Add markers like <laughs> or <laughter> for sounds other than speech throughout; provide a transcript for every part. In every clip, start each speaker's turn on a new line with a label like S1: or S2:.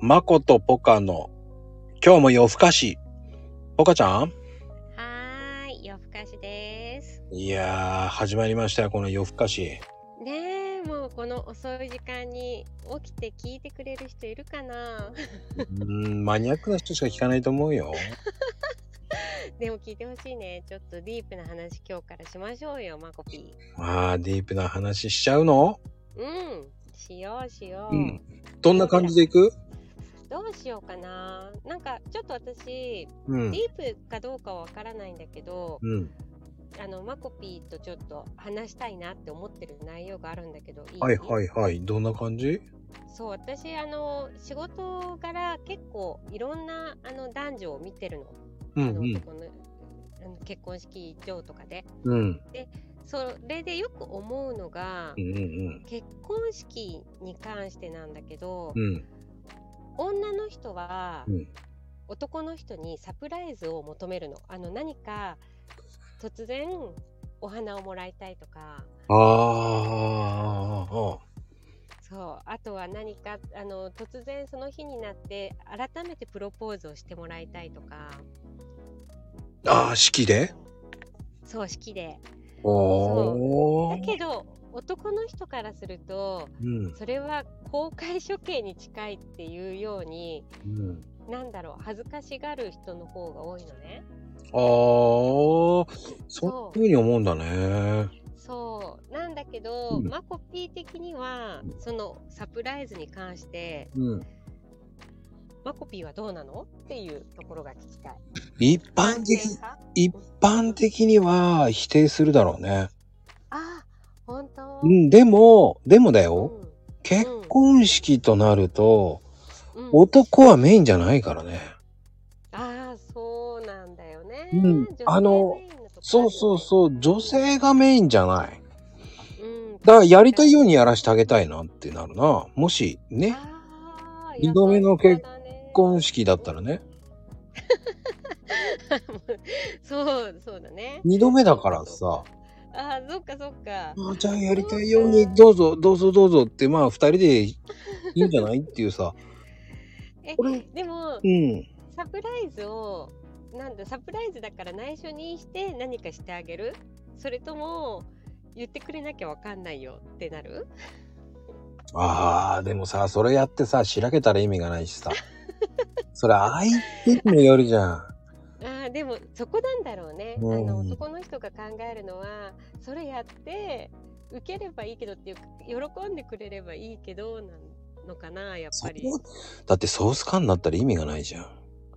S1: まことぽかの、今日も夜更かし。ぽかちゃん
S2: はーい、夜更かしです。
S1: いやー、始まりましたよ、この夜更かし。
S2: ねえ、もうこの遅い時間に起きて聞いてくれる人いる
S1: <laughs>
S2: かな
S1: うーん、マニアックな人しか聞かないと思うよ。
S2: でも聞いてほしいね。ちょっとディープな話今日からしましょうよ、マコピ
S1: あー、ディープな話しちゃうの
S2: ー。うん、しようしよう。
S1: うんどんな感じでいく
S2: どうしようかな。なんかちょっと私、
S1: う
S2: デ
S1: ん。
S2: ィープかどうかはわからないんだけど、
S1: うん。
S2: あの、マコピーとちょっと話したいなって思ってる内容があるんだけど、いい
S1: はいはいはい。どんな感じ
S2: そう私あの仕事柄結構いろんなあの男女を見てるの,、
S1: う
S2: あの
S1: ん
S2: 男のあの結婚式場とかで
S1: うん。うん。
S2: それでよく思うのが、
S1: うんうん
S2: 結婚式に関してなんだけど、
S1: うん。うん。
S2: 女の人は
S1: うん
S2: 男の人にサプライズを求めるのあの何か突然お花をもらいたいとか
S1: あーあー。
S2: そうあとは何かあの突然その日になって改めてプロポーズをしてもらいたいとか
S1: あー、式で
S2: そう式で
S1: お
S2: だ
S1: ー。
S2: けど男の人からすると
S1: うん。
S2: それは公開処刑に近いっていうように
S1: うん。
S2: なんだろう恥ずかしがる人の方が多いのね
S1: あー、そ
S2: そう
S1: いうふうに思うんだね。
S2: そうなんだけど、
S1: うん
S2: マコピー的には
S1: うん
S2: そのサプライズに関して
S1: うん。
S2: マコピーはどうなのっていうところが聞きたい
S1: 一般的、
S2: 安全派
S1: 一般的には否定するだろうね。
S2: あ本当
S1: うん、でも、でもだ
S2: う
S1: よ。
S2: ん
S1: 結婚式となると、
S2: うん
S1: 男はメインじゃないからね。
S2: ああそうなんだよね、
S1: うん
S2: 女性
S1: あの
S2: メインのとこあるよね
S1: そうそうそう、女性がメインじゃない。
S2: う
S1: だ
S2: ん、
S1: からやりたいようにやらしてあげたいなってなるな。もし、ね、
S2: あー
S1: 二度目の結結婚
S2: やっ
S1: 式だったらね。
S2: ぱそうだね <laughs> そうそうだね
S1: 二度目だからさ、
S2: あーそっかそっか
S1: あじゃあやりたいように、どうぞ、どうぞどうぞって、まあ二人でいいんじゃないっていうさ。
S2: え
S1: これ
S2: でも
S1: うん。
S2: サプライズをなんだサプライズだから内緒にして何かしてあげるそれとも言ってくれなきゃわかんないよってなる
S1: ああ、でもさ、それやってさ、しらけたら意味がないしさ。 <laughs> それ相手にもよるじゃん。
S2: あーでもそこなんだろうね、
S1: うん
S2: あの男の人が考えるのはそれやって受ければいいけどっていうか喜んでくれればいいけどなのかなやっ
S1: そ
S2: ぱ
S1: こ
S2: り
S1: だってソース缶になったら意味がないじゃん。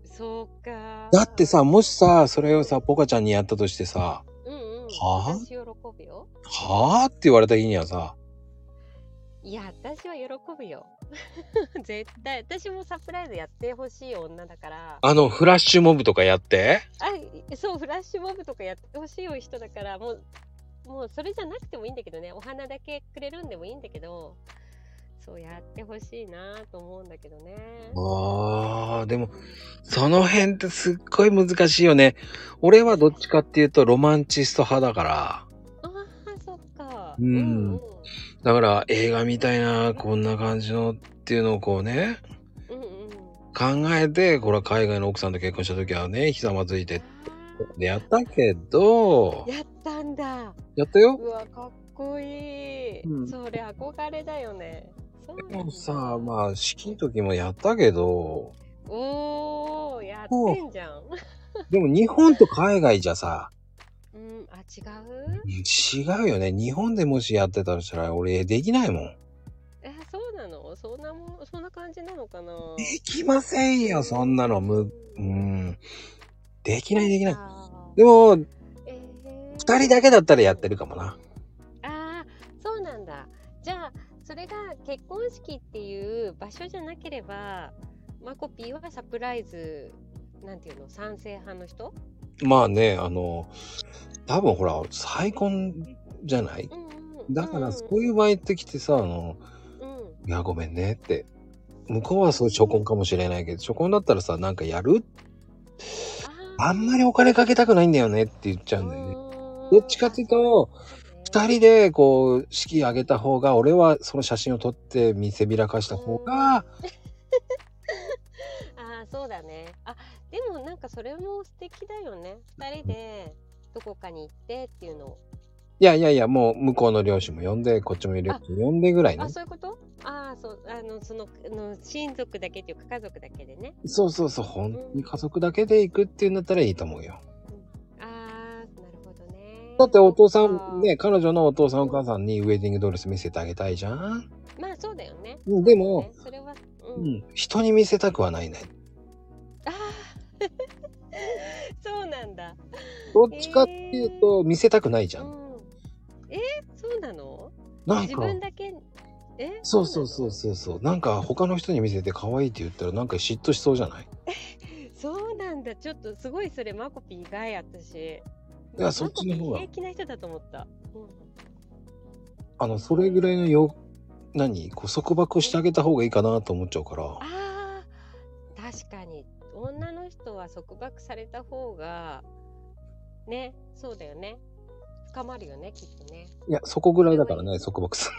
S2: そうか
S1: だってさ、もしさ、それをさ、ポカちゃんにやったとしてさ、
S2: うんう
S1: は
S2: ん、
S1: あ
S2: 私喜ぶよ。
S1: はあって言われた日にはさ、
S2: いや、私は喜ぶよ。 <laughs> 絶対、私もサプライズやってほしい女だから。あ
S1: あの、フラッシュモブとかやって、
S2: そう、フラッシュモブとかやってほしい人だから、もう、もうそれじゃなくてもいいんだけどね、お花だけくれるんでもいいんだけど、そうやってほしいなと思うんだけどね。
S1: ああ、でも、その辺ってすっごい難しいよね。俺はどっちかっていうとロマンチスト派だから、
S2: ああ、そっか。
S1: うんだから映画みたいな、こんな感じのっていうのをこうね、
S2: うんうん。うんうん。
S1: 考えて、これは海外の奥さんと結婚した時はね、ひざまずいて、
S2: あ
S1: やったけど
S2: ー、やったんだ。
S1: やったよ。
S2: うわかっこいい、
S1: うん
S2: それ憧れだよねそう
S1: で
S2: な
S1: も
S2: んだ
S1: さ、まあ、式の時もやったけど、
S2: おーやってんじゃん、
S1: でも日本と海外じゃさ、
S2: うん、あ違う
S1: 違うよね。日本でもしやってたらしたら、俺できないもん。
S2: えそうなのそんなもんそんな感じなのかな
S1: できませんよ、そんなの。む、う
S2: い
S1: ん。できないできない。で
S2: でも、
S1: も、
S2: えー
S1: 二人だけだったらやってるかもな。
S2: あーそうなんだじゃあそれが結婚式っていう場所じゃなければマコピーはサプライズなんていうの賛成派の人
S1: まあね、あの、多分ほら、再婚じゃない
S2: うんうん
S1: だから、
S2: ん
S1: そういう場合ってきてさ、あの、
S2: うん
S1: いや、ごめんねって。向こうはそう初婚かもしれないけど、初婚だったらさ、なんかやる
S2: あー
S1: あんまりお金かけたくないんだよねって言っちゃうんだよね。
S2: ね
S1: どっちかっていうと、二人でこう、式あげた方が、俺はその写真を撮って見せびらかした方が、
S2: そうだね。あ、でもなんかそれも素敵だよね。二人でどこかに行ってっていうのを。
S1: いやいやいや、もう向こうの両親も呼んで、こっちも両親も呼んでぐらいね
S2: あ、。そういうことああ、そう、あの、その、あの親族だけっていうか家族だけでね。
S1: そうそうそう、本当に家族だけで行くっていうんだったらいいと思うよ。
S2: ああ、なるほどね。
S1: だってお父さ
S2: あー
S1: ん、ね、彼女のお父さんお母さんにウェディングドレス見せてあげたいじゃん。
S2: まあそうだよね。
S1: うんでも
S2: ね、それは、う。
S1: うんん、人に見せたくはないね。
S2: ああ、そうなんだ。
S1: どっちかっていうと、見せたくないじゃ。
S2: うんん。えそうなの
S1: なん
S2: 自
S1: か、
S2: 分だけ、え
S1: そうそう
S2: う
S1: そうそうそう、なんか他の人に見せて可愛いって言ったら、なんか嫉妬しそうじゃない。
S2: なの。そうなんだ。ちょっとすごいそれ、マコピー以外私。
S1: いやそっちの方が
S2: マコピー平気な人だと思った。うん
S1: あの、それぐらいのよ、何、こう束縛してあげた方がいいかなと思っちゃうから。
S2: あー確かに女の人は束縛された方がねそうだよね捕まるよねきっとね
S1: いや、そこぐらいだからね、束縛する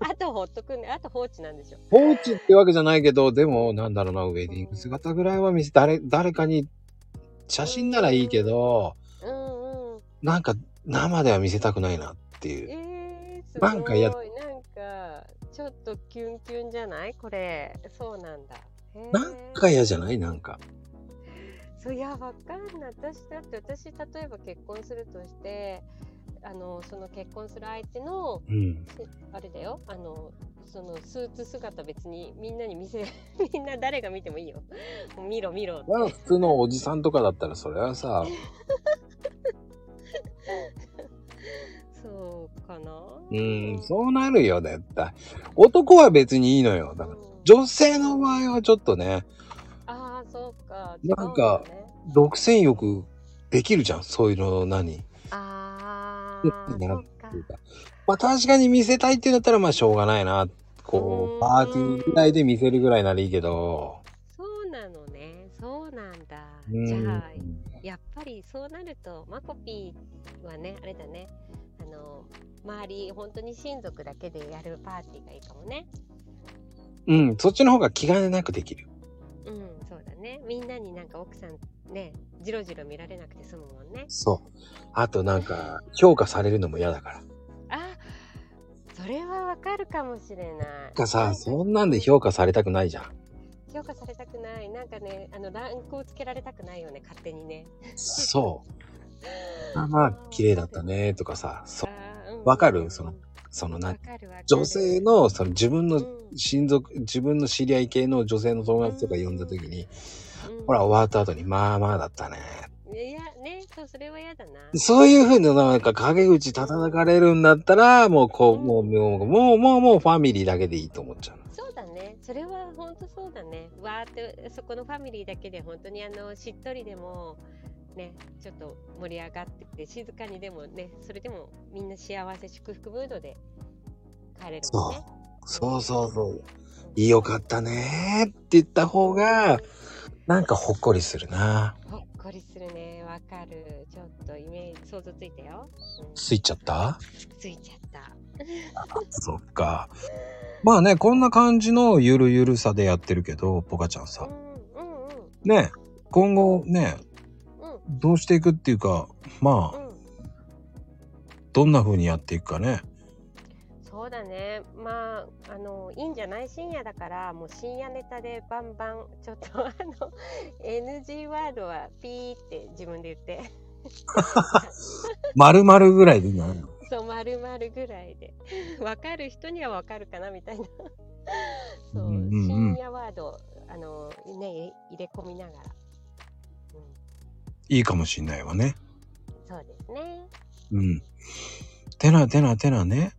S2: あとほっとくねあと放置なんでしょ
S1: の。放置ってわけじゃないけど、でも、なんだろうな、ウェディング姿ぐらいは見せ、誰、誰かに、写真ならいいけど、
S2: うんうん
S1: なんか生では見せたくないなっていう。
S2: えー、すごい
S1: な
S2: なんん
S1: か
S2: か
S1: や
S2: ちょっとキュンキュンじゃないこれそうなんだへー
S1: なんか嫌じゃないなんか。
S2: そういやわかんない私だって私例えば結婚するとしてあのその結婚する相手の
S1: うん。
S2: あれだよあのそのスーツ姿別にみんなに見せ <laughs> みんな誰が見てもいいよもう見ろ見ろって
S1: まあ、普通のおじさんとかだったら、それはさ、
S2: そうかな
S1: うん、そうなるよ、絶対。男は別にいいのよ。だから、女性の場合はちょっとね、
S2: ああそうか
S1: なんか
S2: 違うよね
S1: 独占欲できるじゃん、そういうの何。
S2: あ
S1: う
S2: あ
S1: ん
S2: そうか
S1: っていうかまあ確かに見せたいっていうんだったらまあしょうがないな。こ
S2: う
S1: う、
S2: ん
S1: パーティーぐらいで見せるぐらいならいいけど。
S2: そうなのねそうなんだ
S1: うん
S2: じゃあやっぱりそうなるとマコピーはねあれだねあの周り本当に親族だけでやるパーティーがいいかもね
S1: うん、そっちの方が気兼ねなくできる。
S2: うんそうだねみんなになんか奥さんねじろじろ見られなくて済むもんね
S1: そう。あとなんか、評価されるのも嫌だから。
S2: あそれはわかるかもしれない。
S1: が
S2: な
S1: さ、
S2: か
S1: そんなんで評価されたくないじゃん。
S2: 評価されたくない。なんかね、あのランクをつけられたくないよね、勝手にね。
S1: そう。あまあ、綺麗だったねとかさ、そ
S2: あーうん
S1: わかる
S2: うん
S1: そのその
S2: わ
S1: な、
S2: かるわかる。
S1: 女性の、その自分
S2: う
S1: の
S2: ん、
S1: 親族、自分の知り合い系の女性の友達とか呼んだ時に、
S2: うん
S1: ほら、終わった後に、まあまあだったね。
S2: いやね、そうそれは嫌だな。
S1: そういうふうになんか陰口叩かれるんだったら、もうこう、
S2: うん
S1: もう、もう、もう、もう、もうファミリーだけでいいと思っちゃう。
S2: そうだね、それは本当そうだね。わーってそこのファミリーだけで本当にあのしっとりでもね、ちょっと盛り上がってて静かにでもね、それでもみんな幸せ祝福ムードで帰れるもんね。
S1: そうそうそう。
S2: うん
S1: いいよかったねーって言った方が、なんかほっこりするな。
S2: ほっこりするね、わかる。ちょっとイメージ想像ついたよ。うん
S1: ついちゃった
S2: ついちゃった。
S1: そっか。まあね、こんな感じのゆるゆるさでやってるけど、ポカちゃん
S2: う
S1: さ。
S2: んうんうん
S1: ね、今後ね、
S2: うん
S1: どうしていくっていうか、まあ、
S2: うん。
S1: どんな風にやっていくかね。
S2: そうだね。まあ、あの、いいんじゃない深夜だから、もう深夜ネタでバンバン、ちょっとあの、NG ワードはピーって自分で言って、 <laughs>
S1: まるまるぐらいでいいんじゃないの
S2: そう、丸々ぐらいで、わかる人にはわかるかなみたいな。 <laughs>
S1: う
S2: そう、
S1: んうんうん
S2: 深夜ワード、あの、ね、入れ込みながら。うん、
S1: いいかもしんないわね。
S2: そうですね。
S1: うん。てなてなてなね。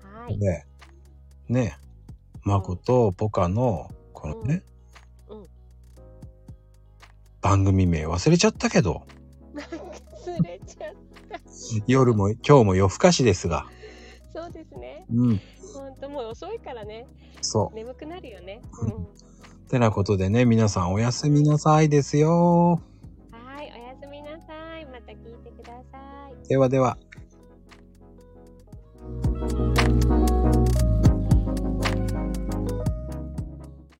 S2: は
S1: <laughs>
S2: い。
S1: ね。ね。まことポカの、このね。
S2: うんうん
S1: 番組名忘れちゃったけど。
S2: なんか、ずれちゃう。
S1: 夜も、今日も夜更かしですが。
S2: そうですね。
S1: うん。
S2: ほんと、もう遅いからね。
S1: そ
S2: 眠くなるよね。うん
S1: う。てなことでね、皆さんおやすみなさいですよ。
S2: はい、おやすみなさい。また聞いてください。
S1: ではでは。